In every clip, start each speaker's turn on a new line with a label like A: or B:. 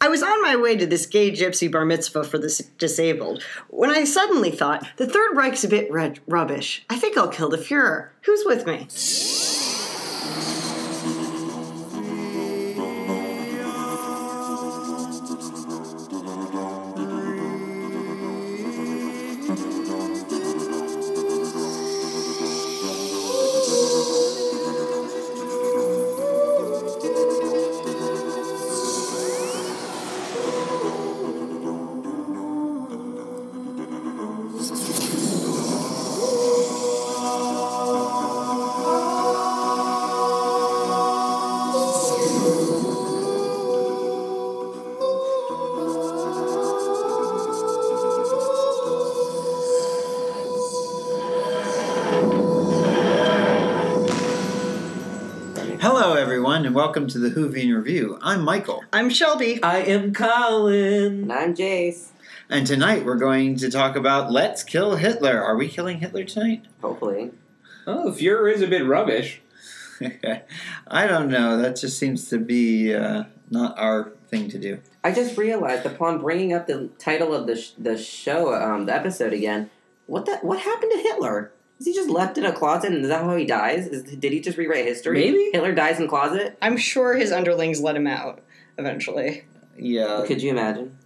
A: I was on my way to this gay gypsy bar mitzvah for the s- disabled when I suddenly thought, the Third Reich's a bit red- rubbish. I think I'll kill the Fuhrer. Who's with me?
B: Hello, everyone, and welcome to the Hoovian Review. I'm Michael,
A: I'm Shelby.
C: I am Colin.
D: And I'm Jace.
B: and tonight we're going to talk about Let's Kill Hitler. Are we killing Hitler tonight?
D: Hopefully.
C: Oh, Fuhrer is a bit rubbish.
B: I don't know. That just seems to be uh, not our thing to do.
D: I just realized upon bringing up the title of the sh- the show, um, the episode again, what the, what happened to Hitler? Is he just left in a closet and is that how he dies? Is, did he just rewrite history?
C: Maybe.
D: Hitler dies in closet?
A: I'm sure his underlings let him out eventually.
B: Yeah.
D: Could you imagine?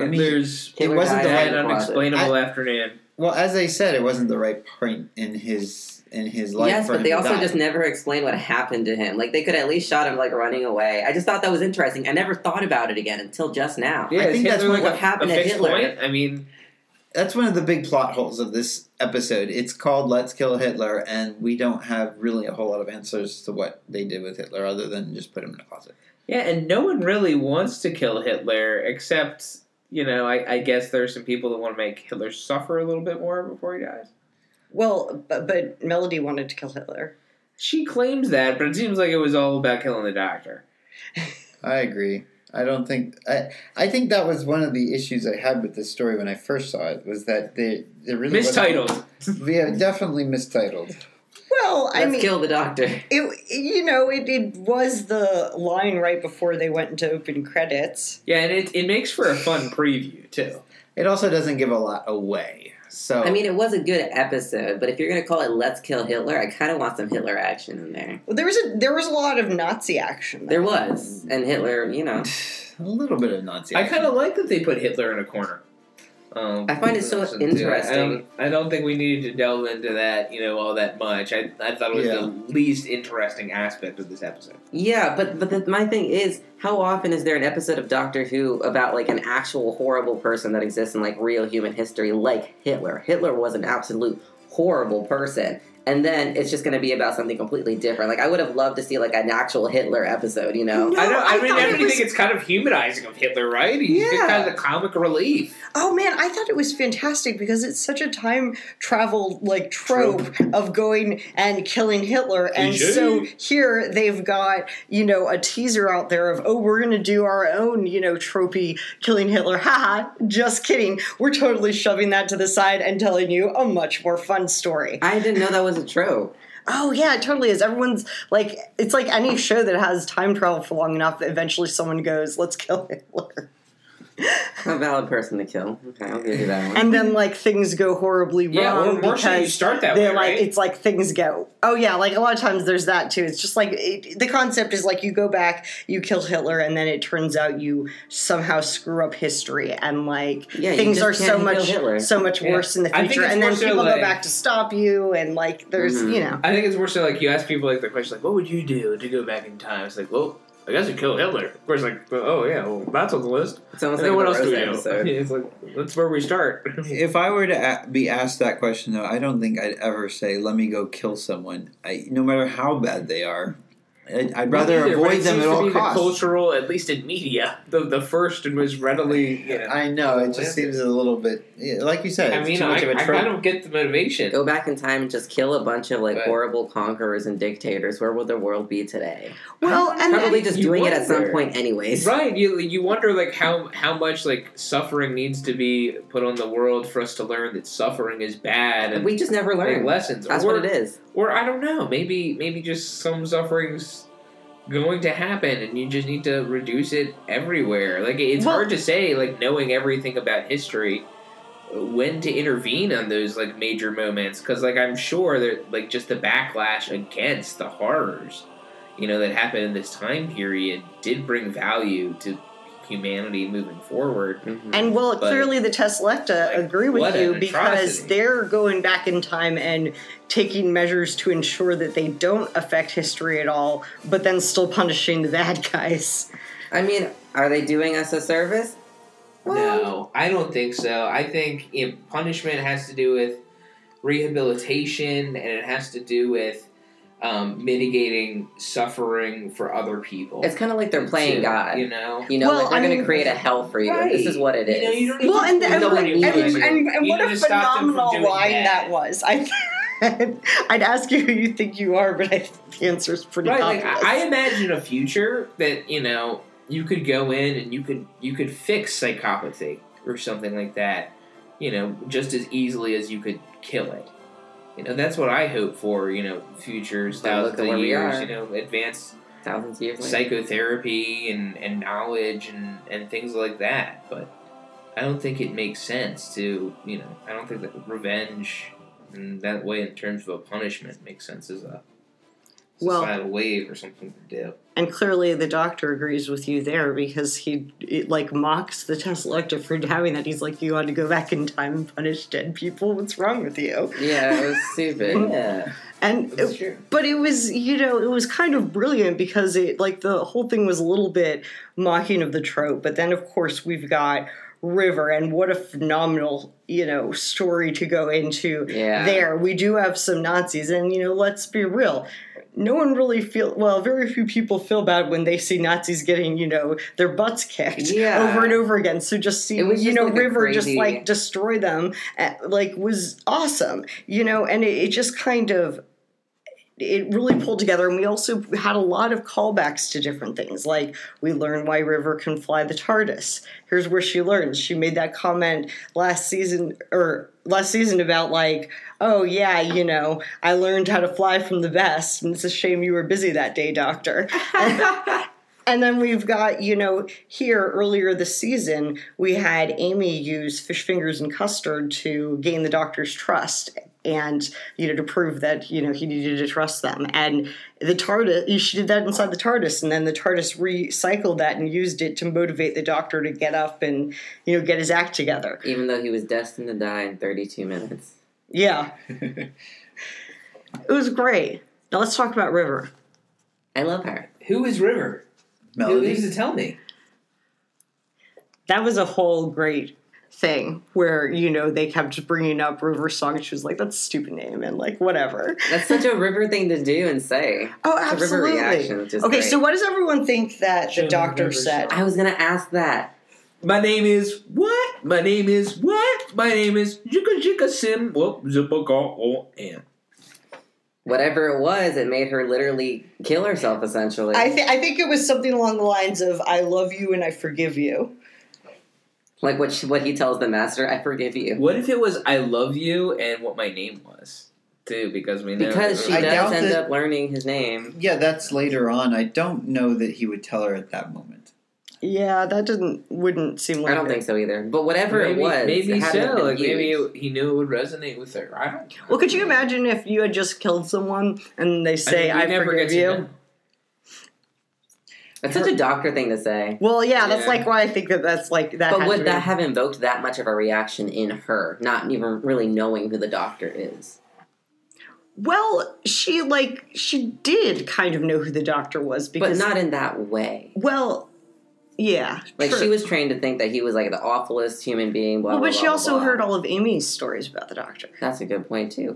B: I mean,
C: There's
B: it
D: Hitler
B: Uh, wasn't
D: died
B: the
D: in
B: right.
C: that
D: a closet.
C: unexplainable afternoon.
B: Well, as I said, it wasn't the right point in his in his life.
D: yes,
B: for
D: but
B: him
D: they
B: to
D: also
B: die.
D: just never explained what happened to him. Like they could at least shot him like running away. I just thought that was interesting. I never thought about it again until just now.
C: Yeah,
B: think
C: is
B: that's
C: Hitler
B: what-
C: like
D: what
C: a-
D: happened
C: a
D: to
C: fixed
D: Hitler.
C: Point? I mean,
B: That's one of the big plot holes of this episode. It's called Let's Kill Hitler, and we don't have really a whole lot of answers to what they did with Hitler other than just put him in a closet.
C: yeah, and no one really wants to kill Hitler, except you know, I, I guess there are some people that want to make Hitler suffer a little bit more before he dies.
A: Well, but, but Melody wanted to kill Hitler.
C: She claims that, but it seems like it was all about killing the doctor.
B: I agree. I don't think I. I think that was one of the issues I had with this story when I first saw it was that they they really wasn't-
C: Mistitled.
B: Yeah, definitely mistitled.
A: Well, I
D: Let's
A: mean,
D: kill the doctor.
A: it, you know, it, it was the line right before they went into open credits.
C: Yeah, and it, it makes for a fun preview too.
B: It also doesn't give a lot away. So
D: I mean, it was a good episode, but if you're gonna call it "Let's Kill Hitler," I kind of want some Hitler action in there.
A: Well, there was a there was a lot of Nazi action.
D: There was, and Hitler, you know,
B: a little bit of Nazi.
C: I kind of like that they put Hitler in a corner. Um,
D: I find it so
C: listen to that.
D: interesting.
C: I don't, I don't think we needed to delve into that, you know, all that much. I, I thought it was
B: Yeah.
C: the least interesting aspect of this episode.
D: yeah. But but the, my thing is, how often is there an episode of Doctor Who about like an actual horrible person that exists in like real human history, like Hitler? Hitler was an absolute horrible person, and then it's just gonna be about something completely different. Like I would have loved to see like an actual Hitler episode, you know?
A: No,
C: I, don't, I,
A: I
C: mean,
A: thought it
C: everything
A: was-
C: it's kind of humanizing of Hitler, right? He's just
D: Yeah.
C: kind of the comic relief.
A: Oh man, I thought it was fantastic because it's such a time travel like trope of going and killing Hitler. And
C: Cliche.
A: so here they've got, you know, a teaser out there of, oh, we're gonna do our own, you know, tropey killing Hitler. Haha, just kidding. We're totally shoving that to the side and telling you a much more fun story.
D: I didn't know that was a trope.
A: Oh yeah, it totally is. Everyone's like it's like any show that has time travel for long enough, eventually someone goes, Let's kill Hitler.
D: A valid person to kill. Okay, I'll give you that one.
A: and then like things go horribly wrong
C: Yeah, or worse, you
A: because
C: start that way,
A: they're like
C: right?
A: it's like things go oh yeah like a lot of times there's that too it's just like it, the concept is like you go back you kill hitler and then it turns out you somehow screw up history and like
D: Yeah, you
A: things
D: just
A: are so
D: can't kill
A: much
D: Hitler.
A: so much
C: Yeah.
A: worse in the
C: I think
A: future
C: it's
A: and then
C: more so,
A: people go
C: like-
A: back to stop you and like there's
D: Mhm.
A: you know
C: I think it's more so like you ask people like the question, like, what would you do to go back in time? It's like, well, I guess you kill Hitler. Of course, like, well, oh yeah, well, that's on the list.
D: It's almost
C: And
D: like
C: then what
D: the
C: else do
D: Rosa
C: we
D: episode.
C: do? It's like that's where we start.
B: If I were to a- be asked that question, though, I don't think I'd ever say, "Let me go kill someone," I, no matter how bad they are. I'd, I'd rather
C: Either, but
B: avoid
C: it
B: them
C: seems
B: at
C: to
B: all
C: be the
B: costs.
C: cultural, at least in media, the the first and most readily. You know,
B: I know it just seems a little bit, yeah, like you said,
C: I
B: it's
C: mean,
B: too much
C: I,
B: of a
C: I
B: trope.
C: kind of get the motivation.
D: go back in time and just kill a bunch of like
C: Right.
D: horrible conquerors and dictators, where would the world be today?
A: well and
D: Probably just
C: you
D: doing it at some
C: wonder.
D: point, anyways.
C: Right, you you wonder like how how much like suffering needs to be put on the world for us to learn that suffering is bad and
D: We just never
C: take
D: learn.
C: lessons.
D: That's
C: or,
D: what it is.
C: Or I don't know, maybe maybe just some sufferings going to happen, and you just need to reduce it everywhere. Like it's
A: Well-
C: hard to say, like knowing everything about history, when to intervene on those like major moments, because like I'm sure that like just the backlash against the horrors, you know, that happened in this time period did bring value to humanity moving forward.
D: Mhm.
A: And well,
C: Mm-hmm. But-
A: clearly the Teslecta
C: Like,
A: agree with
C: what an
A: you because
C: atrocity.
A: they're going back in time and taking measures to ensure that they don't affect history at all, but then still punishing the bad guys.
D: I mean, are they doing us a service?
C: No, I don't think so. I think you know, punishment has to do with rehabilitation and it has to do with um, mitigating suffering for other people.
D: It's kind of like they're playing
C: too,
D: God.
C: You know?
D: You know,
A: Well,
D: like we're
A: I
D: going to
A: mean-
D: create a hell for you. This is what it is.
C: You know, you don't
A: Well, and,
C: even
A: and,
D: Nobody
A: and,
D: needs
A: and, and,
C: You
A: what
C: need
A: a
C: to stop them from
A: phenomenal
C: doing
A: line
C: that.
A: that, was. I, I'd ask you who you think you are, but I think the answer is pretty
C: right, like
A: obvious.
C: I, I imagine a future that, you know, you could go in and you could you could fix psychopathy or something like that, you know, just as easily as you could kill it. You know, that's what I hope for, you know, futures,
D: But look
C: thousands
D: at where
C: of
D: we
C: years,
D: are.
C: you know, advanced
D: Thousands of years later.
C: psychotherapy and, and knowledge and, and things like that. But I don't think it makes sense to, you know, I don't think that revenge in that way, in terms of a punishment, makes sense as a
A: Well-
C: societal wave or something to do.
A: And clearly, the doctor agrees with you there because he it, like mocks the Tesselecta for having that. He's like, "You ought to go back in time and punish dead people. What's wrong with you?"
D: Yeah, it was stupid.
C: Yeah,
A: And
C: that's true.
A: but it was you know it was kind of brilliant because it like the whole thing was a little bit mocking of the trope. But then of course we've got River, and what a phenomenal you know story to go into
D: Yeah.
A: there. We do have some Nazis, and you know, let's be real. No one really feel well. Very few people feel bad when they see Nazis getting, you know, their butts kicked
D: Yeah.
A: over and over again. So just see,
D: It was
A: you
D: just
A: know,
D: like a
A: River just
D: crazy-
A: like destroy them, uh, like was awesome, you know, and it, it just kind of it really pulled together. And we also had a lot of callbacks to different things, like we learn why River can fly the TARDIS. Here's where she learns. She made that comment last season or last season about like, oh yeah, you know, I learned how to fly from the best, and it's a shame you were busy that day, Doctor. And then we've got, you know, here earlier this season, we had Amy use fish fingers and custard to gain the doctor's trust and, you know, to prove that, you know, he needed to trust them. And the TARDIS, she did that inside the TARDIS, and then the TARDIS recycled that and used it to motivate the doctor to get up and, you know, get his act together.
D: Even though he was destined to die in 32 minutes.
A: Yeah. it was great. Now let's talk about River.
D: I love her.
C: Who is River? Who
B: Melody.
C: needs to tell me?
A: that was a whole great thing where you know they kept bringing up river song and she was like that's a stupid name and like whatever
D: That's such a river thing to do and say.
A: oh
D: It's a river
A: absolutely
D: reaction, which is
A: okay
D: great.
A: so what does everyone think that the
C: Show me
A: doctor
C: River
A: said
C: Song.
D: I was going to ask that.
C: My name is what? My name is what? My name is Jika Jika Sim. Whoop, oh, Zippa Gaw Am.
D: Whatever it was, it made her literally kill herself, essentially.
A: I, th- I think it was something along the lines of i love you and i forgive you
D: like what, she, what he tells the master, I forgive you.
C: What if it was I love you and what my name was? Too, because we know
D: Because she
B: I
D: does
B: doubt
D: end
B: that-
D: up learning his name.
B: Yeah, that's later on. I don't know that he would tell her at that moment.
A: yeah that didn't wouldn't seem like
D: I don't think so either. But whatever
C: maybe,
D: it was,
C: Maybe
D: it had to have
C: so.
D: been
C: Like maybe
D: huge.
C: it- he knew it would resonate with her. I don't. know.
A: well could you imagine if you had just killed someone and they say
C: mean,
A: i,
C: we never
A: forgive
C: get to
A: you
C: know.
D: That's such a doctor thing to say.
A: well yeah that's
C: Yeah.
A: like why i think that that's like that
D: But
A: had to
D: would
A: be-
D: that have invoked that much of a reaction in her, not even really knowing who the doctor is?
A: well she like she did kind of know who the doctor was
D: But
A: because
D: not in that way.
A: Well, yeah,
D: Like
A: true.
D: she was trained to think that he was like the awfulest human being. Blah,
A: Well,
D: blah,
A: but she
D: blah,
A: also
D: blah.
A: heard all of Amy's stories about the doctor,
D: That's a good point too.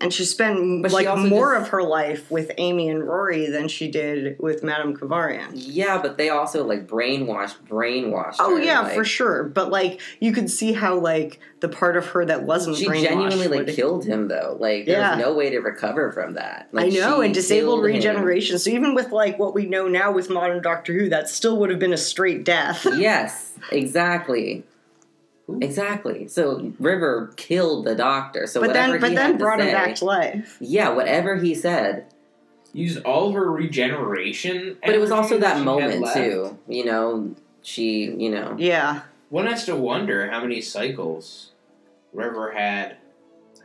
A: and she spent
D: But she
A: like
D: also
A: more
D: just-
A: of her life with Amy and Rory than she did with Madame Kavarian.
D: Yeah, but they also like brainwashed, brainwashed.
A: Oh
D: her,
A: yeah,
D: like,
A: for sure. But like, you could see how like the part of her that wasn't
D: She
A: brainwashed
D: genuinely like
A: would-
D: killed him though. Like there
A: Yeah.
D: was no way to recover from that.
A: I
D: Like,
A: know,
D: she
A: and disabled
D: killed him.
A: regeneration. So even with like what we know now with modern Doctor Who, that still would have been a straight death.
D: yes, exactly.
C: Ooh.
D: Exactly. So River killed the doctor. So
A: but
D: whatever
A: then, but
D: he
A: then
D: had
A: brought
D: to
A: him
D: say,
A: back to life.
D: Yeah, whatever he said,
C: used all of her regeneration.
D: But it was also
C: energy
D: that
C: she had
D: moment
C: left.
D: too. You know, she, you know,
A: Yeah.
C: One has to wonder how many cycles River had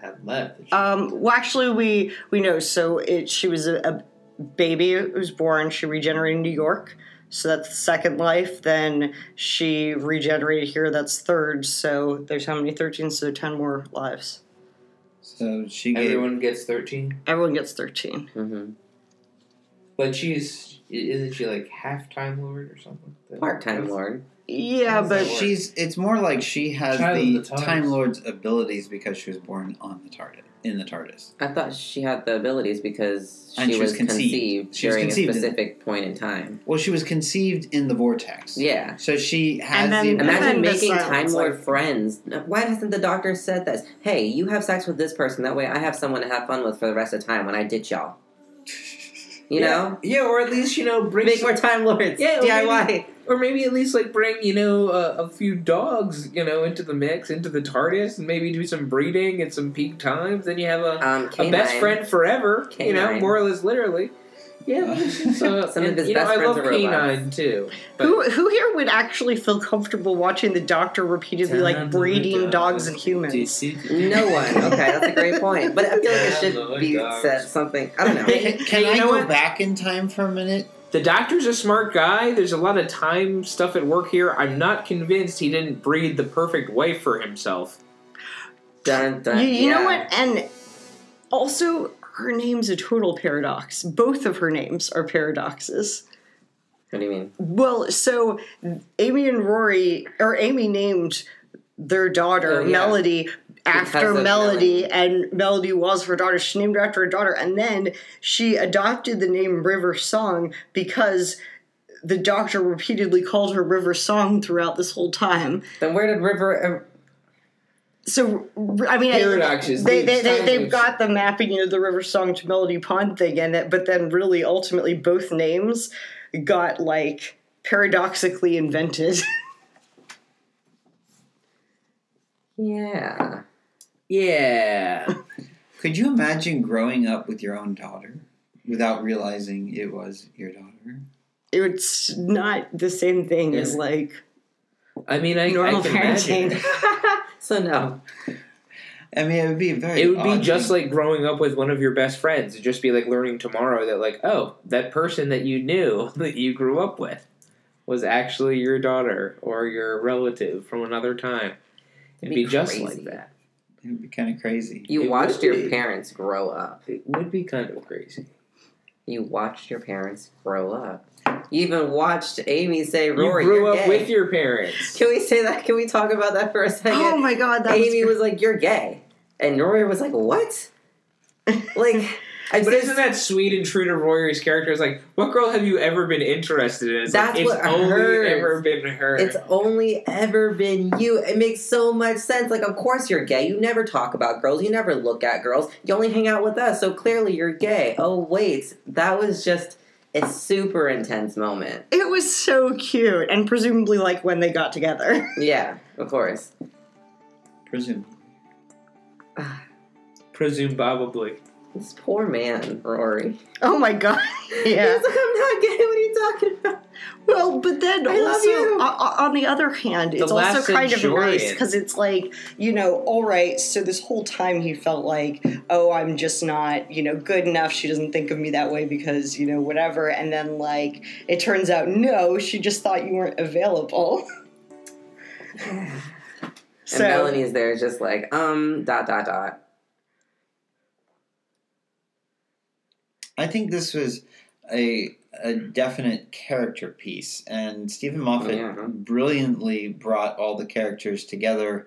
C: had left.
D: Uh,
C: that she-
A: Um, well, actually, we we know. So it she was a, a baby who was born. She regenerated in New York. So that's the second life. Then she regenerated here. That's third. So there's how many? Thirteen. So ten more lives.
B: So she gave.
C: Everyone gets thirteen,
A: Everyone gets thirteen.
D: hmm
C: but she's isn't she like half time lord or something?
D: part time lord.
A: Yeah,
C: Yes.
A: but
B: she's. It's more like she has
C: Child of
B: the,
C: the TARDIS.
B: Time Lord's abilities because she was born on the TARDIS in the TARDIS.
D: I thought she had the abilities because
B: And
D: she was conceived,
B: conceived. She was
D: during
B: conceived
D: a
B: in-
D: specific point in time.
B: Well, she was conceived in the vortex.
D: Yeah.
B: So she has
A: And then-
B: the
A: and
D: Imagine
A: then the
D: making
A: silence,
D: Time Lord
A: like-
D: friends. Why hasn't the doctor said this? Hey, you have sex with this person. That way I have someone to have fun with for the rest of time when I ditch y'all. You know?
C: Yeah, or at least you know bring
D: Make more Time Lords.
C: Yeah,
D: DIY.
C: or maybe at least like bring you know uh, a few dogs you know into the mix into the TARDIS and maybe do some breeding at some peak times. Then you have a,
D: Um,
C: a
D: canine.
C: best friend forever, you know,
D: Canine.
C: more or less literally. Yeah, so,
D: Some of
C: and,
D: his
C: you know,
D: best
C: I
D: friends
C: love
D: are robots.
C: canine too. But
A: who who here would actually feel comfortable watching the doctor repeatedly like breeding dogs and humans?
D: No one. Okay, that's a great point. But I feel like it
C: Yeah,
D: should
C: the
D: be
C: dogs.
D: said something. I don't know.
B: Can, can
A: You
B: I
A: know
B: go
A: what?
B: back in time for a minute?
C: The doctor's a smart guy. There's a lot of time stuff at work here. I'm not convinced he didn't breed the perfect wife for himself.
D: Dun, dun,
A: You, you know
D: yeah.
A: what? And also, her name's a total paradox. Both of her names are paradoxes.
D: What do you mean?
A: Well, so Amy and Rory, or Amy named their daughter
D: Oh, yeah.
A: Melody after
D: of
A: Melody, and Melody was her daughter. She named her after her daughter, and then she adopted the name River Song because the doctor repeatedly called her River Song throughout this whole time.
D: Then where did River? uh,
A: So I mean, I-
C: Paradoxes,
A: they they,
C: these
A: they
C: kind
A: they've
C: of-
A: got the mapping of the River Song to Melody Pond thing, and that, but then really ultimately both names got like paradoxically invented.
D: Yeah.
C: Yeah.
B: Could you imagine growing up with your own daughter without realizing it was your daughter?
A: it's not the same thing as
C: Yeah.
A: like
C: I mean, I, I
A: normal
C: can imagine.
A: parenting.
C: it.
D: So no.
B: I mean, it would be a very.
C: It would be
B: odd
C: just
B: thing.
C: like growing up with one of your best friends. It'd just be like learning tomorrow that, like, oh, that person that you knew that you grew up with was actually your daughter or your relative from another time. It'd
D: It'd
C: be,
D: be
C: just like
D: crazy.
C: that.
B: It would be kind of crazy.
D: You
C: It
D: watched
C: would
D: your
C: be.
D: parents grow up.
C: It would be kind of crazy.
D: You watched your parents grow up. You even watched Amy say, "Rory,
C: you grew
D: are
C: up
D: gay.
C: with your parents.
D: Can we say that? Can we talk about that for a second?
A: oh my god, that
D: Amy
A: was,
D: was, like, "You're gay," and Rory was like, "What?" like, I
C: But isn't
D: just
C: that sweet and true to Rory's character? It's like, what girl have you ever been interested in? It's like,
D: That's
C: it's
D: what I
C: only
D: heard.
C: ever been her.
D: it's only ever been you. It makes so much sense. Like, of course you're gay. You never talk about girls. You never look at girls. You only hang out with us. So clearly you're gay. Oh wait, that was just a super intense moment.
A: it was so cute, and presumably like when they got together.
D: Yeah, of course.
B: Presumably.
C: Presumably.
D: This poor man, Rory.
A: Oh my god, yeah.
D: He's like, I'm not gay. What are you talking about?
A: Well, but then
D: I love
A: also
D: you.
A: o- o- on the other hand, it's
C: last
A: also kind of nice
C: Centurion.
A: because it's like you know, all right. So this whole time he felt like, oh, I'm just not you know good enough. She doesn't think of me that way because you know whatever. And then like it turns out, no, she just thought you weren't available.
D: And Melanie's there, just like um dot dot dot.
B: I think this was a a definite character piece, and Stephen Moffat
D: Yeah.
B: brilliantly brought all the characters together,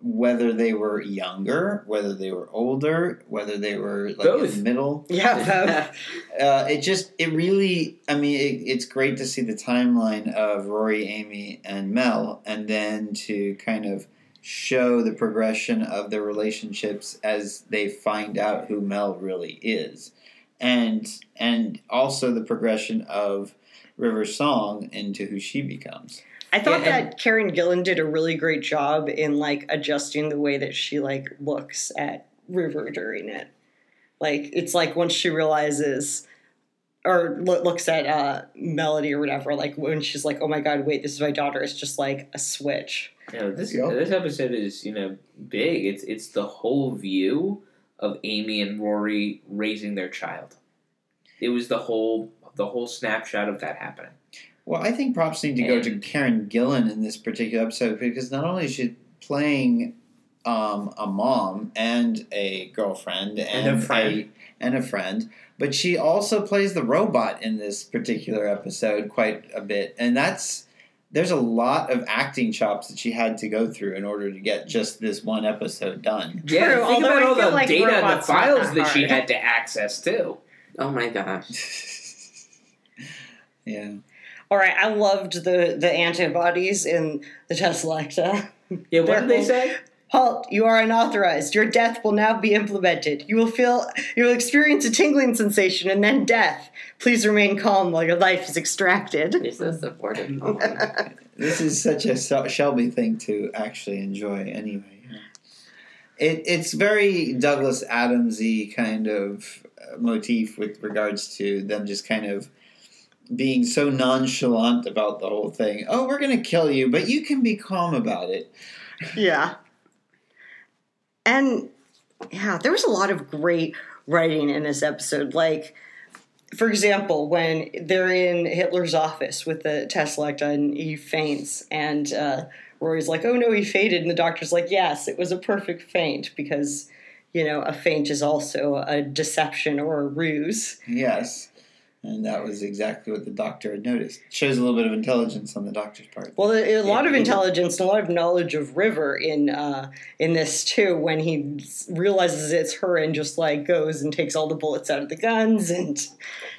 B: whether they were younger, whether they were older, whether they were like
C: Both.
B: in the middle.
A: yeah, um,
B: Uh, it just it really, I mean, it, it's great to see the timeline of Rory, Amy, and Mel, and then to kind of show the progression of their relationships as they find out who Mel really is and and also the progression of River Song into who she becomes.
A: I thought
C: Yeah,
A: that Karen Gillan did a really great job in like adjusting the way that she like looks at River during it. Like it's like once she realizes, or lo- looks at uh, Melody or whatever, like when she's like, "Oh my god, wait, this is my daughter." It's just like a switch.
C: You know, this
B: Yeah.
C: this episode is you know big. It's it's the whole view of Amy and Rory raising their child. It was the whole the whole snapshot of that happening.
B: Well, I think props need to go to
C: And-
B: Karen Gillan in this particular episode because not only is she playing um, a mom and a girlfriend and,
C: And a friend.
B: and a friend, but she also plays the robot in this particular episode quite a bit, and that's there's a lot of acting chops that she had to go through in order to get just this one episode done.
A: True,
C: Yeah, think
A: although
C: about
A: I
C: all
A: feel
C: the
A: like
C: data and the
A: robots aren't
C: files
A: that
C: that she
A: hard.
C: had to access too.
D: Oh my gosh.
B: yeah.
A: All right, I loved the the antibodies in the Tesla.
C: Yeah, what
A: Their
C: did they
A: whole-
C: say?
A: Halt! You are unauthorized. Your death will now be implemented. You will feel, you will experience a tingling sensation and then death. Please remain calm while your life is extracted.
D: You're so supportive. Oh
B: This is such a Sel- Shelby thing to actually enjoy, anyway. It, it's very Douglas Adamsy kind of uh, motif with regards to them just kind of being so nonchalant about the whole thing. Oh, we're gonna kill you, but you can be calm about it.
A: Yeah. And yeah, there was a lot of great writing in this episode. Like, for example, when they're in Hitler's office with the Tesselecta and he faints, and uh, Rory's like, oh no, he fainted. And the doctor's like, yes, it was a perfect faint because, you know, a faint is also a deception or a ruse.
B: Yes, and that was exactly what the doctor had noticed. Shows a little bit of intelligence on the doctor's part.
A: Well, there- a lot of intelligence and a lot of knowledge of River in uh, in this too. When he s- realizes it's her and just like goes and takes all the bullets out of the guns, and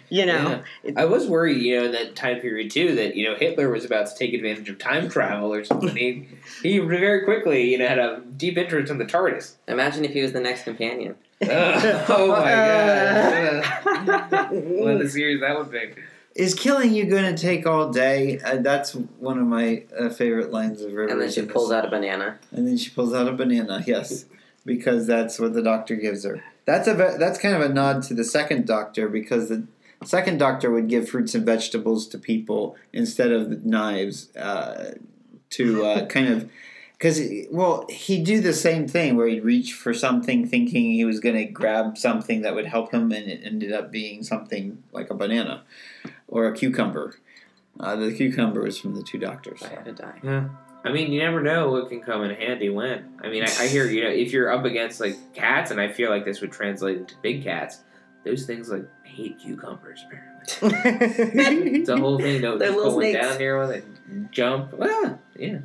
A: you know,
C: Yeah. I was worried, you know, in that time period too, that you know Hitler was about to take advantage of time travel or something. he, he very quickly, you know, had a deep interest in the TARDIS.
D: Imagine if he was the next companion.
C: Ugh. oh my
A: Uh.
C: god! what a series that would be.
B: Is killing you gonna take all day? Uh, that's one of my uh, favorite lines of Rivers.
D: And then she
B: in this
D: pulls out a banana.
B: And then she pulls out a banana. Yes, because that's what the doctor gives her. That's a ve- that's kind of a nod to the second doctor because the second doctor would give fruits and vegetables to people instead of knives uh, to uh, kind of because well he'd do the same thing where he'd reach for something thinking he was going to grab something that would help him and it ended up being something like a banana or a cucumber. Uh, the cucumber was from the two doctors.
D: I had to die.
C: Yeah. I mean, you never know what can come in handy when. I mean, I, I hear, you know, if you're up against like cats, and I feel like this would translate into big cats, those things like hate cucumbers, apparently. It's a whole thing though,
D: They're
C: just
D: little
C: going
D: snakes.
C: down here with it, jump. Ah, yeah.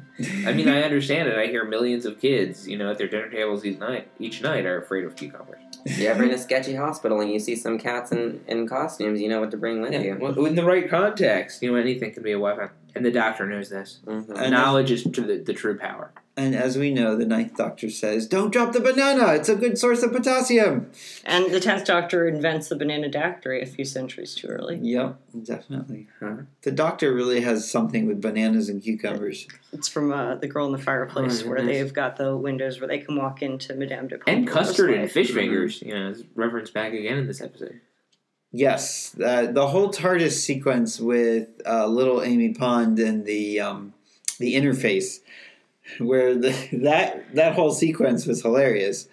C: I mean, I understand it. I hear millions of kids, you know, at their dinner tables each night, each night are afraid of cucumbers.
D: You ever in a sketchy hospital and you see some cats in, in costumes, you know what to bring with you.
C: Well, in the right context, you know, anything can be a weapon. And the doctor knows this.
D: Mhm.
B: And-
C: Knowledge is to the, the true power.
B: And as we know, the ninth doctor says, Don't drop the banana, it's a good source of potassium.
A: and the tenth Doctor invents the banana dactyry a few centuries too early.
B: Yep, definitely.
D: Huh.
B: The doctor really has something with bananas and cucumbers.
A: It's from uh, the Girl in the Fireplace,
C: Oh,
A: where
C: nice.
A: they've got the windows where they can walk into Madame de
C: And
A: Pompadour's
C: custard and
A: life.
D: Mm-hmm.
C: fish fingers, you know, is referenced back again in this episode.
B: Yes, uh, the whole TARDIS sequence with uh, little Amy Pond and the um, the interface, where the, that that whole sequence was hilarious.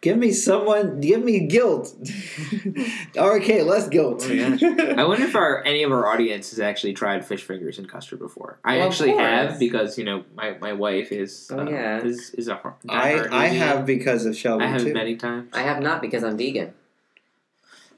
B: Give me someone, give me guilt. okay, less guilt.
C: Oh, yeah. I wonder if our any of our audience has actually tried fish fingers and custard before. I
D: Well, of
C: actually
D: course.
C: have because you know my, my wife is
D: Oh,
C: uh,
D: yeah.
C: is is a har-
B: I,
C: diehard
B: I
C: vegan.
B: have because of Shelby
C: I have
B: too.
C: many times.
D: I have not because I'm vegan.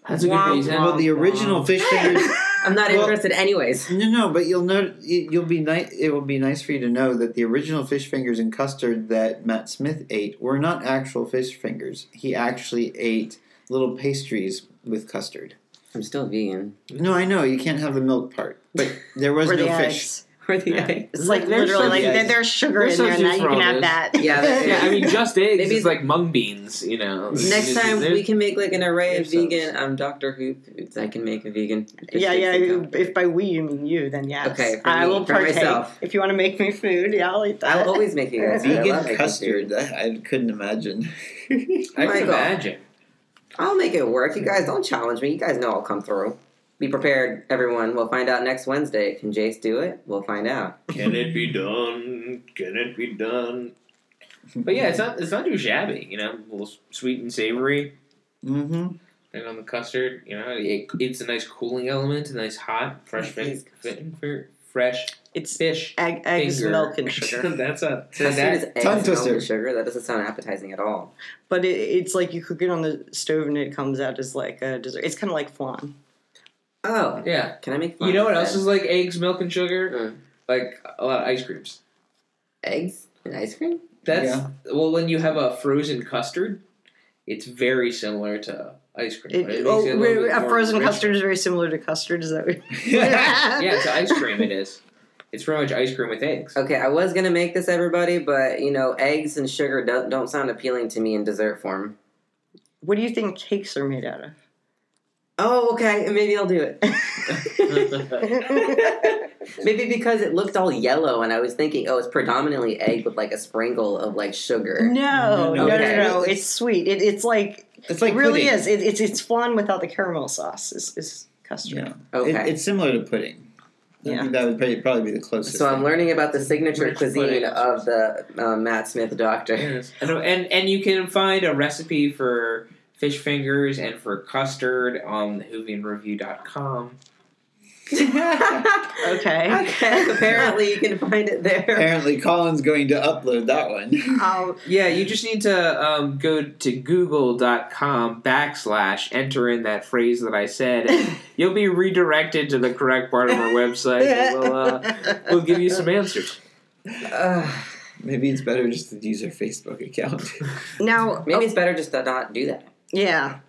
C: That's a good
D: Womp
C: reason.
B: Well, the original fish fingers.
D: I'm not
B: Well-
D: interested anyways.
B: No, no, but you'll know it- you'll be nice. It will be nice for you to know that the original fish fingers and custard that Matt Smith ate were not actual fish fingers. He actually ate little pastries with custard.
D: I'm still vegan.
B: No, I know you can't have the milk part, but there was
A: Where
B: no
A: the
B: fish.
A: eggs.
D: Or the
C: Yeah.
D: eggs.
A: It's like
C: There's
A: literally
C: some
A: like
C: eggs.
A: there, there's sugar
C: There's
A: in
C: some
A: there, and that
C: juice
A: you can
C: for all
A: have
C: those.
A: that.
D: Yeah, that
C: Yeah, I mean, just eggs
D: Maybe-
C: is like mung beans. You know.
D: Next
C: It's-
D: time
C: there's-
D: we can make like an array of
B: There's those.
D: vegan. I'm Doctor Hoop. I can make a vegan. fish
A: Yeah,
D: sticks
A: yeah.
D: and
A: you-
D: cup.
A: If by we you mean you, then yes.
D: Okay, for
A: I
D: me,
A: will
D: for
A: partake.
D: myself.
A: If you want to make me food, yeah, I'll eat that.
D: I'll always make you guys food. I love
B: Vegan
D: making
B: custard.
D: food.
B: that- I couldn't imagine.
C: I can
D: Michael.
C: imagine.
D: I'll make it work. You guys don't challenge me. You guys know I'll come through. be prepared, everyone. We'll find out next Wednesday. Can Jace do it? We'll find out.
C: Can it be done? Can it be done? But yeah, it's not it's not too shabby. You know, a little sweet and savory,
B: Mm-hmm.
C: and on the custard, you know, it, it's a nice cooling element, a nice hot fresh fin-
D: Please.
C: fin- fir- fresh
A: It's
C: fish
A: egg, eggs,
C: finger.
A: milk, and sugar.
C: That's a so
D: As soon
C: that,
D: as eggs
B: tongue
D: melt
B: twister.
D: with sugar, that doesn't sound appetizing at all.
A: but it, it's like you cook it on the stove and it comes out as like a dessert. It's kind of like flan.
D: Oh,
C: yeah.
D: can I make? fun
C: You know
D: of
C: what
D: that?
C: else is like eggs, milk, and sugar?
D: Mm.
C: Like a lot of ice creams.
D: eggs and ice cream?
C: That's well, when you have a frozen custard, it's very similar to ice cream.
A: It,
C: but it makes
A: oh,
C: it a,
A: wait,
C: little
A: wait,
C: bit
A: a
C: more
A: frozen
C: richer.
A: custard is very similar to custard. Is that what
C: yeah, it's ice cream. It is. It's pretty much ice cream with eggs.
D: Okay, I was gonna make this everybody, but you know, eggs and sugar don't, don't sound appealing to me in dessert form.
A: What do you think cakes are made out of?
D: Oh, okay, maybe I'll do it. Maybe because it looked all yellow, and I was thinking, oh, it's predominantly egg with like a sprinkle of like sugar.
A: No, no, no,
D: Okay.
A: no, no. It's sweet. It, it's like
B: It's like
A: it really
B: pudding.
A: is. It, it's it's flan without the caramel sauce. Is is custard?
B: Yeah.
D: Okay.
B: It, it's similar to pudding. I
A: Yeah.
B: think that would probably- probably be the closest.
D: so I'm
B: thing.
D: learning about the signature
C: Rich pudding.
D: cuisine of the uh, Matt Smith doctor.
C: Yes. and, and and you can find a recipe for fish fingers and for custard on hoovianreview.com.
A: Okay.
D: okay. Apparently, you can find it there.
B: Apparently, Colin's going to upload that
D: Um,
B: one.
A: I'll,
C: Yeah, you just need to um, go to google.com backslash enter in that phrase that I said. And you'll be redirected to the correct part of our website. And we'll, uh, we'll give you some answers.
D: Ugh.
B: Maybe it's better just to use our Facebook account.
A: now,
D: maybe
A: oh,
D: it's better just to not do that.
A: yeah.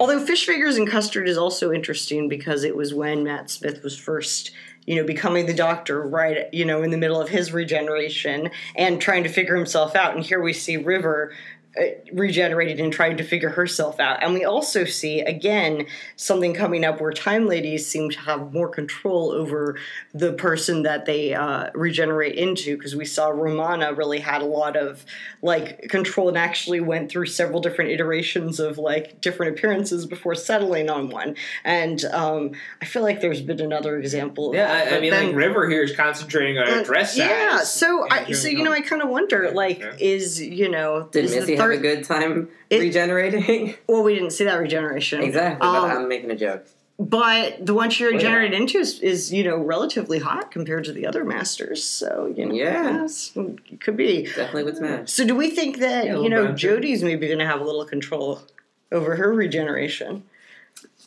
A: Although fish fingers and custard is also interesting because it was when Matt Smith was first, you know, becoming the doctor, right, you know, in the middle of his regeneration and trying to figure himself out. And here we see River uh, regenerated and trying to figure herself out. And we also see, again, something coming up where time ladies seem to have more control over the person that they uh, regenerate into because we saw Romana really had a lot of like control and actually went through several different iterations of like different appearances before settling on one. And um, I feel like there's been another example. Of
C: Yeah,
A: that,
C: I, I
A: but
C: mean,
A: then- Mm,
C: like River here is concentrating on her dress size.
A: yeah, so
C: and
A: I, so
C: doing
A: you know,
C: all-
A: I kind of wonder, like,
C: Yeah.
A: is you know,
D: Did
A: is the
D: Missy
A: third-
D: have a good time
A: It-
D: regenerating?
A: Well, we didn't see that regeneration
D: exactly,
A: Um,
D: but I'm making a joke.
A: but the one she
C: yeah.
A: regenerated into is, is, you know, relatively hot compared to the other masters. So you know,
D: Yeah.
A: yes, could be.
D: Definitely with Matt.
A: So do we think that
C: Yeah, a
A: you
C: little
A: know
C: bit.
A: Jody's maybe going to have a little control over her regeneration?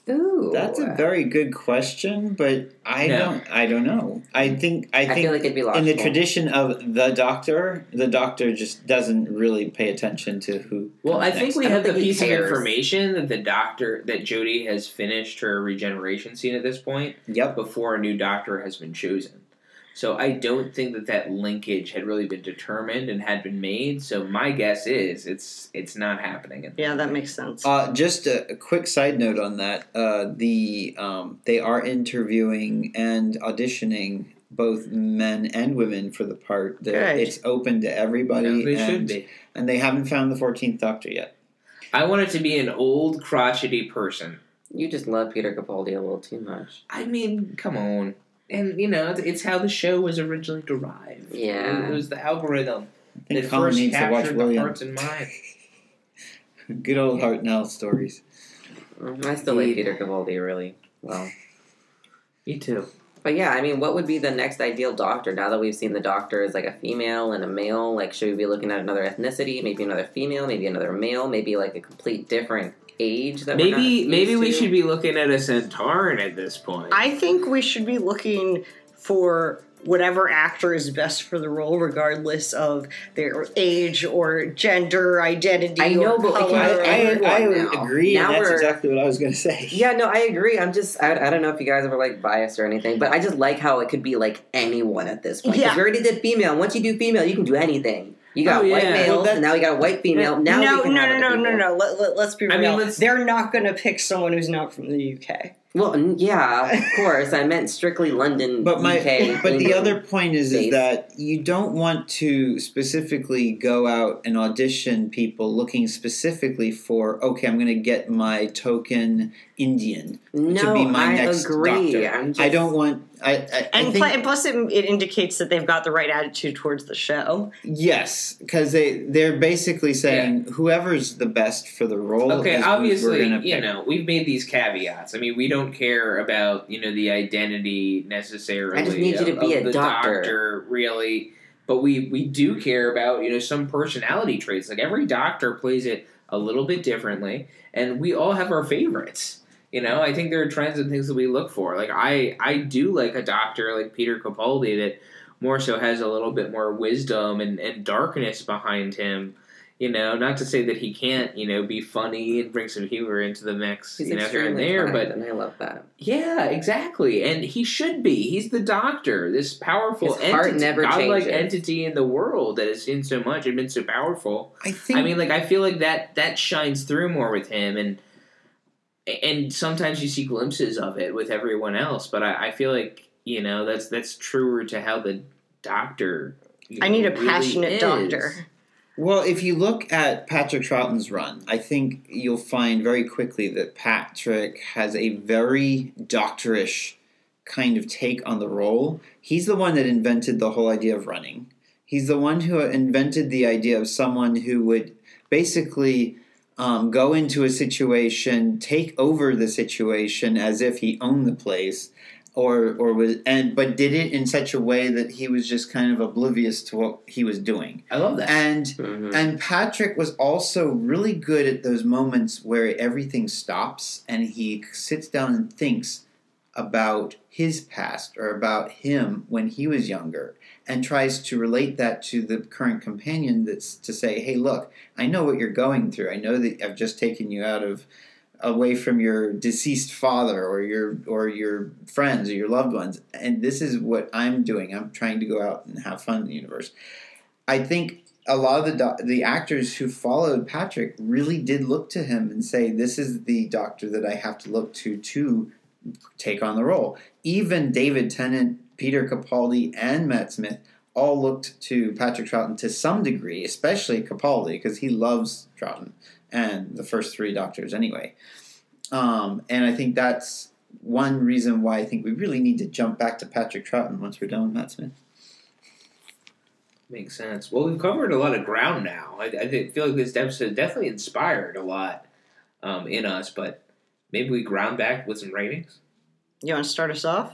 D: Ooh,
B: That's a very good question, but I
C: No.
B: don't. I don't know. I think. I
D: I
B: think
D: feel like it'd be logical.
B: in the tradition of the doctor, the doctor just doesn't really pay attention to who.
C: Well,
B: comes
C: I think
B: next.
C: we
D: I don't
C: have the
D: think he
C: piece of
D: cares.
C: information that the doctor that Jody has finished her regeneration scene at this point
B: Yep.
C: before a new doctor has been chosen. So I don't think that that linkage had really been determined and had been made. So my guess is it's it's not happening.
A: Yeah, that makes sense.
B: Uh, just a, a quick side note on that. Uh, the um, they are interviewing and auditioning both men and women for the part. They're-
A: Good.
B: It's open to everybody.
C: As they
B: and,
C: should be.
B: and they haven't found the fourteenth Doctor yet.
C: I want it to be an old crotchety person.
D: You just love Peter Capaldi a little too much.
C: I mean, come on. And you know, it's, it's how the show was originally derived.
D: Yeah.
C: it was the algorithm
B: I
C: that
B: think Colin
C: first
B: needs to watch
C: captured the
B: William.
C: hearts and minds.
B: Good old Hart and Nell stories.
D: I still like
C: Yeah.
D: Peter Capaldi really well.
C: Me too.
D: But yeah, I mean, what would be the next ideal doctor now that we've seen the doctor is like a female and a male? Like, should we be looking at another ethnicity? Maybe another female, maybe another male, maybe like a complete different age that we're not
C: Maybe
D: used
C: maybe we
D: to?
C: should be looking at a Centauran at this point.
A: I think we should be looking for whatever actor is best for the role, regardless of their age or gender identity.
D: I know,
A: or
D: but we
A: color.
D: can-
B: I, I,
D: Everyone
B: I
D: now.
B: agree,
D: Now
B: and that's
D: we're-
B: exactly what I was going to say.
D: Yeah, no, I agree. I'm just, I, I don't know if you guys ever like biased or anything, but I just like how it could be like anyone at this point. 'Cause
A: Yeah.
D: We already did female. and Once you do female, you can do anything. You got
C: Oh,
D: white
C: yeah.
D: male,
C: Well,
D: and now we got a white female. Now
A: no,
D: we can
A: no,
D: have
A: no,
D: other
A: no, no,
D: people.
A: no, Let, let, us be
C: I mean,
A: real.
C: let's-
A: They're not going to pick someone who's not from the UK.
D: Well, n- yeah, of course. I meant strictly London,
B: But my
D: UK.
B: but the
D: England.
B: other point is is
D: base.
B: that you don't want to specifically go out and audition people looking specifically for okay, I'm going to get my token Indian.
D: no,
B: to be my
D: I
B: next
D: agree.
B: doctor.
D: I'm just,
B: I don't want I I, I
A: And,
B: think
A: pl- and plus, it, it indicates that they've got the right attitude towards the show.
B: yes cuz they they're basically saying whoever's the best for the role
C: Okay,
B: is who we're
C: obviously,
B: gonna
C: you
B: pick.
C: know, we've made these caveats. I mean, we don't care about, you know, the identity necessarily.
D: I just need you
C: of-
D: to be
C: of
D: a
C: the
D: doctor.
C: really. But we we do care about, you know, some personality traits. Like every doctor plays it a little bit differently, and we all have our favorites. You know, I think there are trends and things that we look for. Like I I do like a doctor like Peter Capaldi that more so has a little bit more wisdom and, and darkness behind him you know, not to say that he can't, you know, be funny and bring some humor into the mix,
D: He's
C: you know, here and
D: extremely
C: there.
D: kind,
C: But
D: and I love that.
C: yeah, exactly. And he should be. He's the doctor, this powerful
D: His heart
C: entity,
D: never
C: godlike
D: changes.
C: entity in the world that has seen so much and been so powerful.
B: I think
C: I mean, like I feel like that that shines through more with him, and and sometimes you see glimpses of it with everyone else. But I, I feel like you know that's that's truer to how the doctor. you
A: I need a
C: know, really
A: passionate
C: is.
A: doctor.
B: Well, if you look at Patrick Troughton's run, I think you'll find very quickly that Patrick has a very doctorish kind of take on the role. He's the one that invented the whole idea of running. He's the one who invented the idea of someone who would basically um, go into a situation, take over the situation as if he owned the place, or or was and but did it in such a way that he was just kind of oblivious to what he was doing.
C: I love that.
B: And
D: Mhm.
B: and Patrick was also really good at those moments where everything stops and he sits down and thinks about his past or about him when he was younger and tries to relate that to the current companion that's to say, hey, look, I know what you're going through. I know that I've just taken you out of away from your deceased father or your or your friends or your loved ones and this is what I'm doing I'm trying to go out and have fun in the universe I think a lot of the doc- the actors who followed Patrick really did look to him and say this is the doctor that I have to look to to take on the role even David Tennant Peter Capaldi and Matt Smith all looked to Patrick Troughton to some degree especially Capaldi because he loves Troughton and the first three doctors anyway. Um, and I think that's one reason why I think we really need to jump back to Patrick Troughton once we're done with Matt Smith.
C: Makes sense. Well, we've covered a lot of ground now. I, I think- feel like this episode definitely inspired a lot um, in us, but maybe we ground back with some ratings.
A: You want to start us off?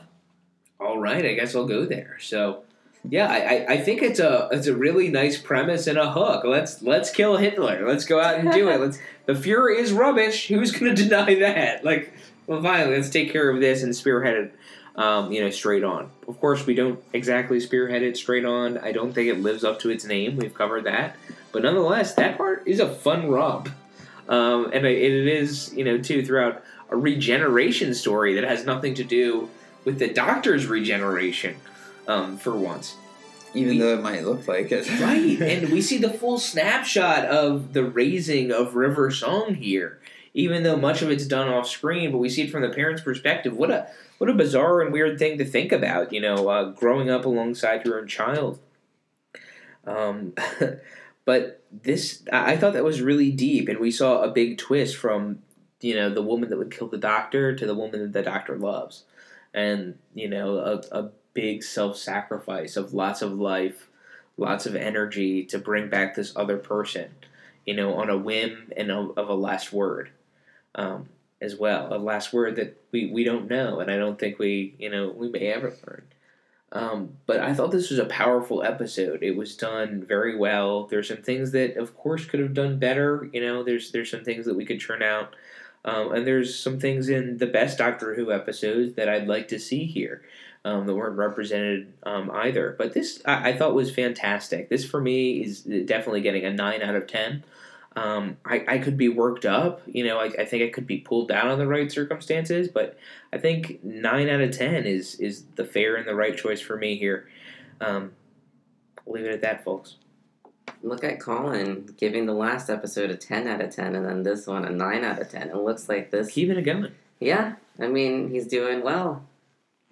C: All right, I guess I'll go there. So, yeah, I, I, I think it's a it's a really nice premise and a hook. Let's let's kill Hitler. Let's go out and do it. Let's. The Fuhrer is rubbish. Who's going to deny that? Like, well, fine. Let's take care of this and spearhead it. Um, you know, straight on. Of course, we don't exactly spearhead it straight on. I don't think it lives up to its name. We've covered that, but nonetheless, that part is a fun romp. Um, and it- it is, you know, too throughout a regeneration story that has nothing to do with the doctor's regeneration um, for once.
B: Even
C: We-
B: though it might look like it.
C: Right, and we see the full snapshot of the raising of River Song here, even though much of it's done off screen. But we see it from the parents' perspective. What a what a bizarre and weird thing to think about, you know, uh, growing up alongside your own child. Um, but this, I I thought that was really deep, and we saw a big twist from you know the woman that would kill the doctor to the woman that the doctor loves, and you know a, a big self sacrifice of lots of life lots of energy to bring back this other person, you know, on a whim and of of a last word um, as well. A last word that we, we don't know, and I don't think we, you know, we may ever learn. Um, but I thought this was a powerful episode. It was done very well. There's some things that, of course, could have done better. You know, there's there's some things that we could churn out, um, and there's some things in the best Doctor Who episodes that I'd like to see here um, that weren't represented um, either. But this I, I thought was fantastic. This for me is definitely getting a nine out of ten. Um, I, I could be worked up, you know. I, I think I could be pulled down on the right circumstances, but I think nine out of ten is is the fair and the right choice for me here. Um, I'll leave it at that, folks.
D: Look at Colin giving the last episode a 10 out of 10 and then this one a 9 out of 10. It looks like this.
C: Keeping it going.
D: Yeah, I mean, he's doing well.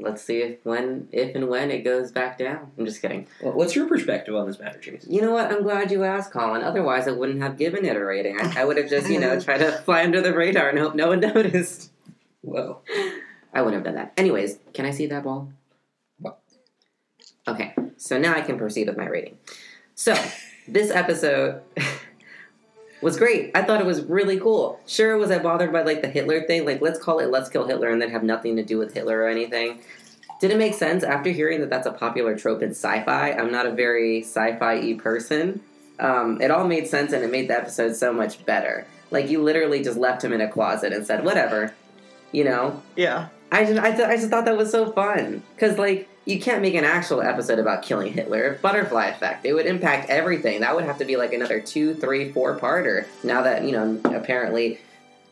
D: Let's see if when, if and when it goes back down. I'm just kidding.
C: Well, what's your perspective on this matter, Jason?
D: You know what? I'm glad you asked, Colin. Otherwise, I wouldn't have given it a rating. I, I would have just, you know, tried to fly under the radar and hope no one noticed.
C: Whoa.
D: I wouldn't have done that. Anyways, can I see that ball?
B: What?
D: Okay, so now I can proceed with my rating. So, this episode was great. I thought it was really cool. Sure, was I bothered by like the Hitler thing? Like, let's call it "Let's Kill Hitler" and then have nothing to do with Hitler or anything. Did it make sense after hearing that that's a popular trope in sci-fi? I'm not a very sci-fi y person. Um, it all made sense and it made the episode so much better. Like, you literally just left him in a closet and said, "Whatever," you know.
A: Yeah.
D: I just, I, th- I just thought that was so fun because like you can't make an actual episode about killing Hitler. Butterfly effect. It would impact everything. That would have to be like another two, three, four parter. Now that you know, apparently,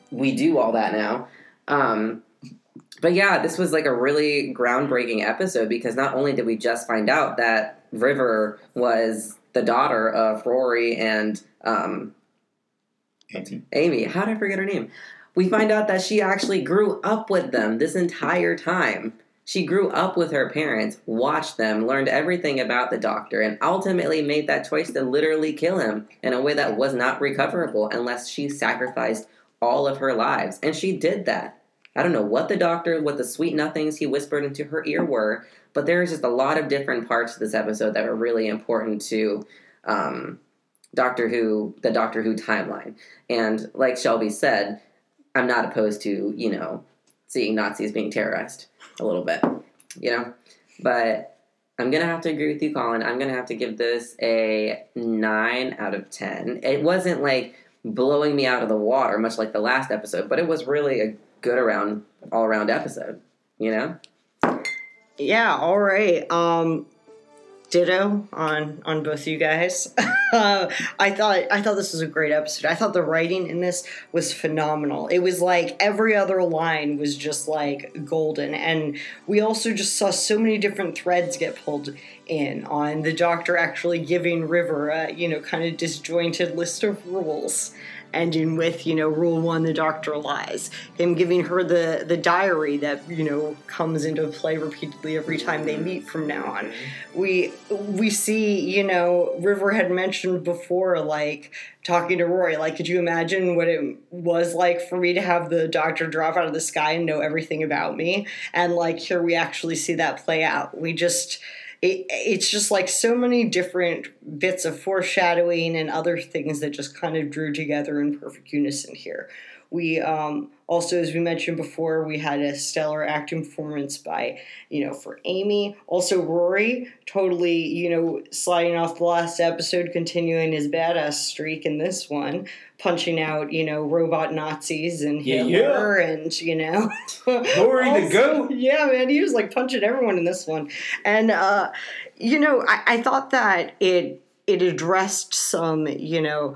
D: we do all that now. Um, but yeah, this was like a really groundbreaking episode because not only did we just find out that River was the daughter of Rory and um,
B: Amy.
D: Amy. How did I forget her name? We find out that she actually grew up with them this entire time. She grew up with her parents, watched them, learned everything about the doctor, and ultimately made that choice to literally kill him in a way that was not recoverable unless she sacrificed all of her lives. And she did that. I don't know what the doctor, what the sweet nothings he whispered into her ear were, but there's just a lot of different parts to this episode that were really important to um, Doctor Who, the Doctor Who timeline. And like Shelby said, I'm not opposed to, you know, seeing Nazis being terrorized a little bit, you know? But I'm going to have to agree with you, Colin. I'm going to have to give this a 9 out of 10. It wasn't like blowing me out of the water, much like the last episode, but it was really a good around, all around episode, you know?
A: Yeah, all right. Um ditto on on both you guys. uh, I thought I thought this was a great episode. I thought the writing in this was phenomenal. It was like every other line was just like golden and we also just saw so many different threads get pulled in on the doctor actually giving River a, you know, kind of disjointed list of rules ending with you know rule one the doctor lies him giving her the the diary that you know comes into play repeatedly every time they meet from now on we we see you know river had mentioned before like talking to rory like could you imagine what it was like for me to have the doctor drop out of the sky and know everything about me and like here we actually see that play out we just it, it's just like so many different bits of foreshadowing and other things that just kind of drew together in perfect unison here. We um, also, as we mentioned before, we had a stellar acting performance by, you know, for Amy. Also, Rory, totally, you know, sliding off the last episode, continuing his badass streak in this one, punching out, you know, robot Nazis and
C: Yeah,
A: Hitler and, you know.
C: Rory the goat.
A: Yeah, man, he was like punching everyone in this one. And, uh, you know, I, I thought that it it addressed some, you know,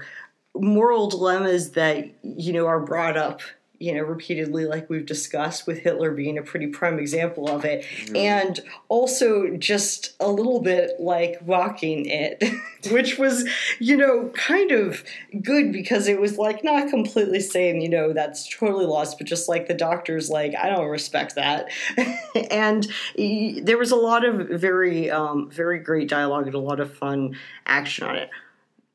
A: moral dilemmas that you know are brought up you know repeatedly like we've discussed with hitler being a pretty prime example of it and also just a little bit like walking it which was you know kind of good because it was like not completely saying you know that's totally lost but just like the doctors like i don't respect that and y- there was a lot of very um, very great dialogue and a lot of fun action on it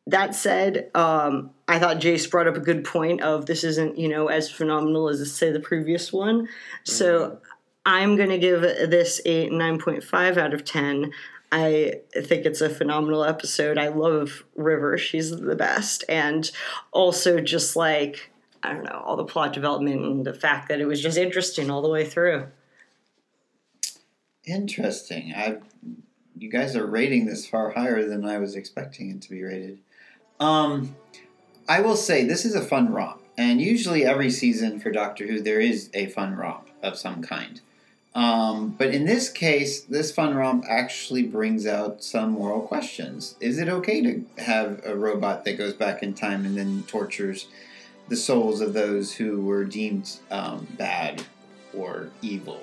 A: that said, um, I thought Jace brought up a good point of this isn't, you know, as phenomenal as say the previous one. So I'm going to give this a 9.5 out of 10. I think it's a phenomenal episode. I love River. She's the best. And also just like, I don't know, all the plot development and the fact that it was just interesting all the way through.
B: Interesting. I, you guys are rating this far higher than I was expecting it to be rated. Um, I will say this is a fun romp, and usually every season for Doctor Who there is a fun romp of some kind. Um, but in this case, this fun romp actually brings out some moral questions. Is it okay to have a robot that goes back in time and then tortures the souls of those who were deemed um, bad or evil?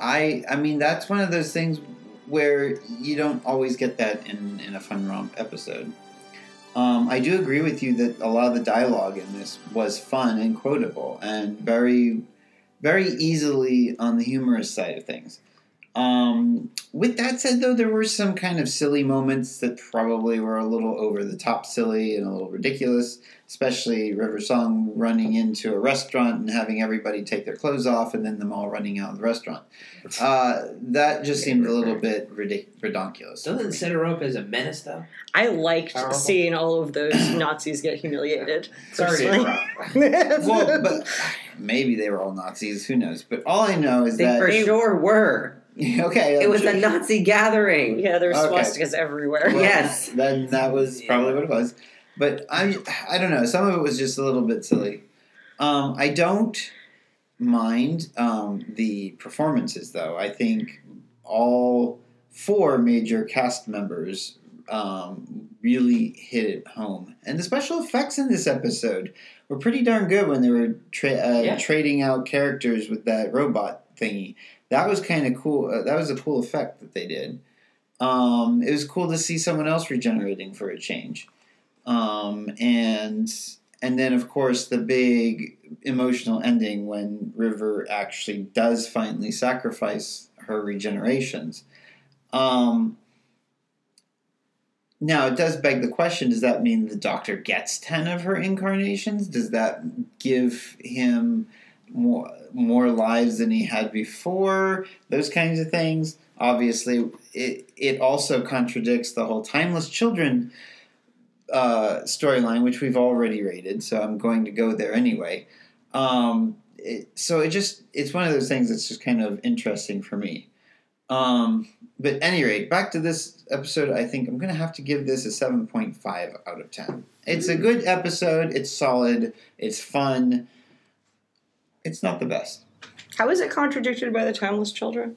B: I I mean that's one of those things where you don't always get that in, in a fun romp episode. Um, I do agree with you that a lot of the dialogue in this was fun and quotable and very very easily on the humorous side of things. Um, with that said, though, there were some kind of silly moments that probably were a little over the top silly and a little ridiculous, especially River Song running into a restaurant and having everybody take their clothes off and then them all running out of the restaurant. Uh, that just seemed a little bit ridic- redonkulous.
C: Doesn't set her up as a menace, though.
A: I liked
C: Powerful.
A: seeing all of those Nazis get humiliated.
C: Sorry to
A: Personally.
C: interrupt.
B: well, but maybe they were all Nazis. Who knows? But all I know is
D: They
B: that
D: for sure were.
B: okay,
D: It was
B: sure.
D: a Nazi gathering.
A: yeah, there's
B: Okay.
A: swastikas everywhere.
B: Well,
D: Yes.
B: Then that was
C: Yeah.
B: probably what it was. But I, I don't know. Some of it was just a little bit silly. Um, I don't mind um, the performances, though. I think all four major cast members um, really hit it home, and the special effects in this episode were pretty darn good when they were tra- uh,
C: Yeah.
B: trading out characters with that robot thingy. That was kind of cool. Uh, that was a cool effect that they did. Um, it was cool to see someone else regenerating for a change, um, and and then of course the big emotional ending when River actually does finally sacrifice her regenerations. Um, now it does beg the question: Does that mean the Doctor gets ten of her incarnations? Does that give him more more lives than he had before? Those kinds of things. Obviously, it it also contradicts the whole timeless children uh, storyline, which we've already rated. So I'm going to go there anyway. Um, it, so it just it's one of those things that's just kind of interesting for me. Um, but any rate, back to this episode. I think I'm going to have to give this a 7.5 out of 10. It's a good episode. It's solid. It's fun. It's not the best.
A: How is it contradicted by the timeless children?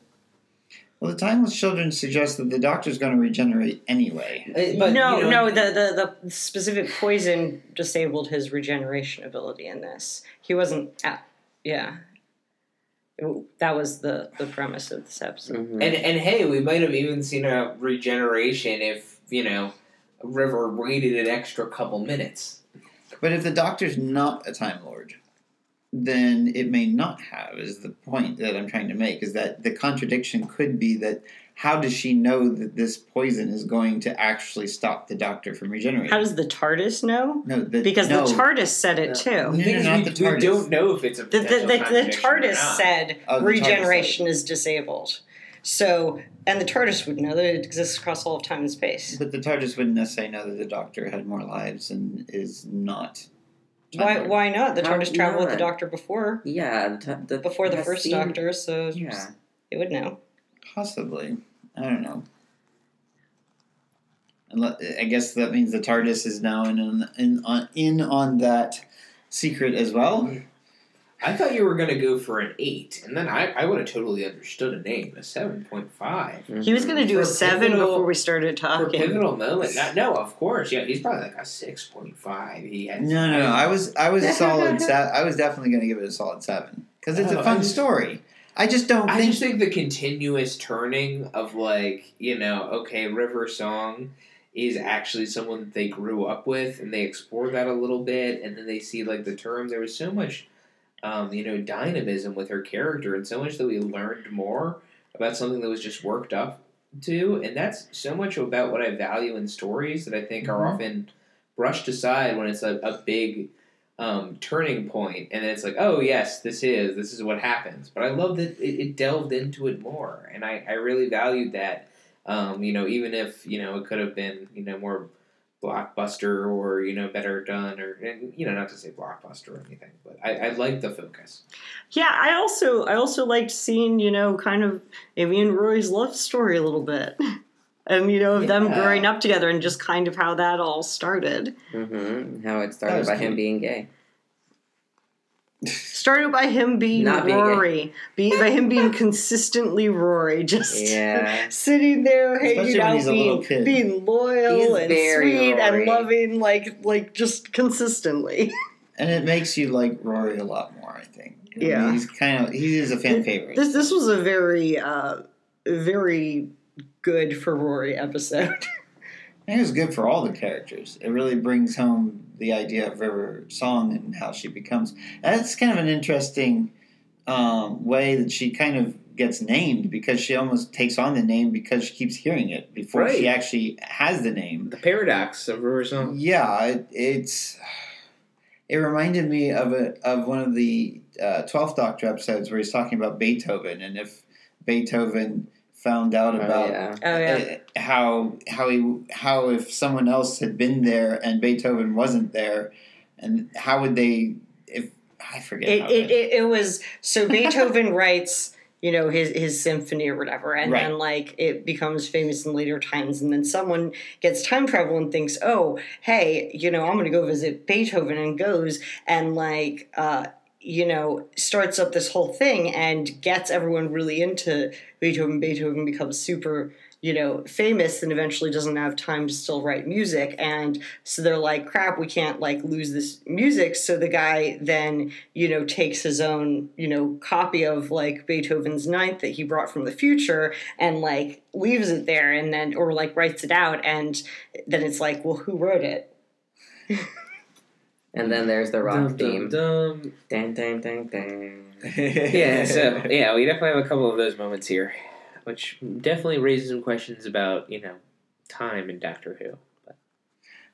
B: Well, the Timeless Children suggests that the Doctor's going to regenerate anyway.
D: Uh, But,
A: no,
D: you know,
A: no, the, the the specific poison disabled his regeneration ability in this. He wasn't at, yeah. That was the, the premise of this episode.
D: Mhm.
C: And and hey, we might have even seen a regeneration if you know River waited an extra couple minutes.
B: But if the Doctor's not a Time Lord, then it may not have. Is the point that I'm trying to make? Is that the contradiction could be that how does she know that this poison is going to actually stop the Doctor from regenerating?
A: How does the TARDIS know?
B: no, the,
A: Because
B: no,
A: the TARDIS said it
B: No,
A: too.
C: The
B: no,
C: thing is,
B: not
C: we,
B: the
C: we
B: TARDIS.
C: don't know if it's a
A: The, the, the,
C: potential
A: the
C: contradiction or
A: TARDIS
C: not.
A: said
B: Oh, the TARDIS
A: regeneration is disabled. So, and the TARDIS would know that it exists across all of time and space.
B: But the TARDIS wouldn't necessarily know that the Doctor had more lives and is not. Time
A: Why,
B: Lord.
A: why not? The
D: Why
A: TARDIS traveled with the
D: not?
A: doctor before
D: yeah, the t- the,
A: before the
D: yeah,
A: first
D: see?
A: doctor, so
D: Yeah.
A: it would know.
B: Possibly. I don't know. Unle- I guess that means the TARDIS is now in on, in on, in on that secret as well.
C: I thought you were going to go for an eight, and then I, I would have totally understood a name, a seven point five
D: Mm-hmm.
A: He was going to do
C: For
A: a seven
C: pivotal-
A: before we started
C: for
A: talking.
C: pivotal moment. Not, no, of course, yeah, he's probably like a six point five. He had
B: No, no, no. I was I was a solid. Se- I was definitely going to give it a solid seven because it's
C: Oh,
B: a
C: I
B: fun
C: just-
B: story. I just don't
C: I
B: think
C: just think the continuous turning of like you know, okay, River Song is actually someone that they grew up with, and they explore that a little bit, and then they see like the term. There was so much, um, you know, dynamism with her character, and so much that we learned more about something that was just worked up to, and that's so much about what I value in stories that I think are
B: Mhm.
C: often brushed aside when it's a, a big um, turning point, and it's like, oh yes, this is this is what happens. But I love that it, it delved into it more, and I, I really valued that. Um, you know, even if you know it could have been you know more blockbuster or you know better done or and, you know not to say blockbuster or anything, but I, I like the focus.
A: Yeah, I also I also liked seeing you know kind of Amy and Rory's love story a little bit, and you know of them
C: Yeah.
A: growing up together and just kind of how that all started.
D: hmm How it
B: That
D: started
B: was
D: by
B: cute.
D: him being gay.
A: Started by him being
D: Not being gay.
A: Rory, be, by him being consistently Rory, just
D: Yeah.
A: sitting there
B: Especially
A: hanging
B: when
A: out,
B: he's a little
A: being,
B: kid.
A: being loyal
D: He's
A: and
D: very
A: sweet and
D: Rory.
A: loving, like like just consistently.
B: and it makes you like Rory a lot more. I think. I mean,
A: Yeah.
B: he's kind of he is a fan favorite.
A: This this was a very uh, very good for Rory episode.
B: I think it was good for all the characters. It really brings home the idea of River Song and how she becomes. That's kind of an interesting uh, um, way that she kind of gets named because she almost takes on the name because she keeps hearing it before she
C: Right. Um,
B: actually has the name.
C: The paradox of River Song.
B: Yeah, it, it's it reminded me of a of one of the uh, Twelfth Doctor episodes where he's talking about Beethoven and if Beethoven found out about
D: yeah.
A: Oh yeah.
B: uh, how how he how if someone else had been there and Beethoven wasn't there, and how would they if I forget how
A: It, it, it, it was so Beethoven writes, you know, his his symphony or whatever, and
B: Right.
A: then like it becomes famous in later times, and then someone gets time travel and thinks, oh, hey, you know, I'm going to go visit Beethoven, and goes and like. uh you know, starts up this whole thing and gets everyone really into Beethoven. Beethoven becomes super, you know, famous and eventually doesn't have time to still write music. And so they're like, crap, we can't like lose this music. So the guy then, you know, takes his own, you know, copy of like Beethoven's Ninth that he brought from the future and like leaves it there and then, or like writes it out. And then it's like, well, who wrote it?
D: And then there's the rock
C: Dum,
D: theme.
C: dum, dum.
D: Dang, dang, dang, dang.
C: Yeah, so yeah, we definitely have a couple of those moments here, which definitely raises some questions about you know time and Doctor Who.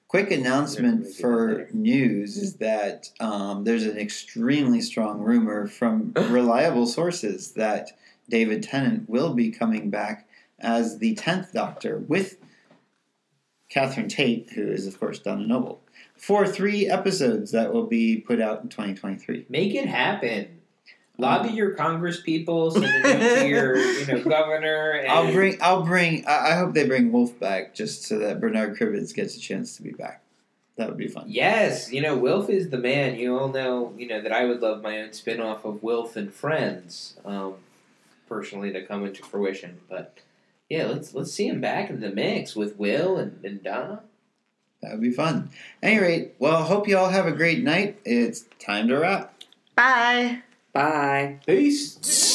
B: Quick announcement
C: Maybe
B: for
C: later.
B: news is that um, there's an extremely strong rumor from reliable sources that David Tennant will be coming back as the 10th Doctor with Catherine Tate, who is, of course, Donna Noble, for three episodes that will be put out in 2023.
C: Make it happen.
B: Um,
C: Lobby your Congress people, send it out to your you know governor. And
B: I'll bring, I'll bring, I, I hope they bring Wolf back just so that Bernard Cribbins gets a chance to be back. That would be fun.
C: Yes, you know, Wilf is the man. You all know, you know, that I would love my own spin off of Wilf and Friends, um, personally, to come into fruition. But yeah, let's let's see him back in the mix with Will and, and Donna.
B: That would be fun. Any rate, well, hope you all have a great night. It's time to wrap.
A: Bye.
D: Bye.
C: Peace.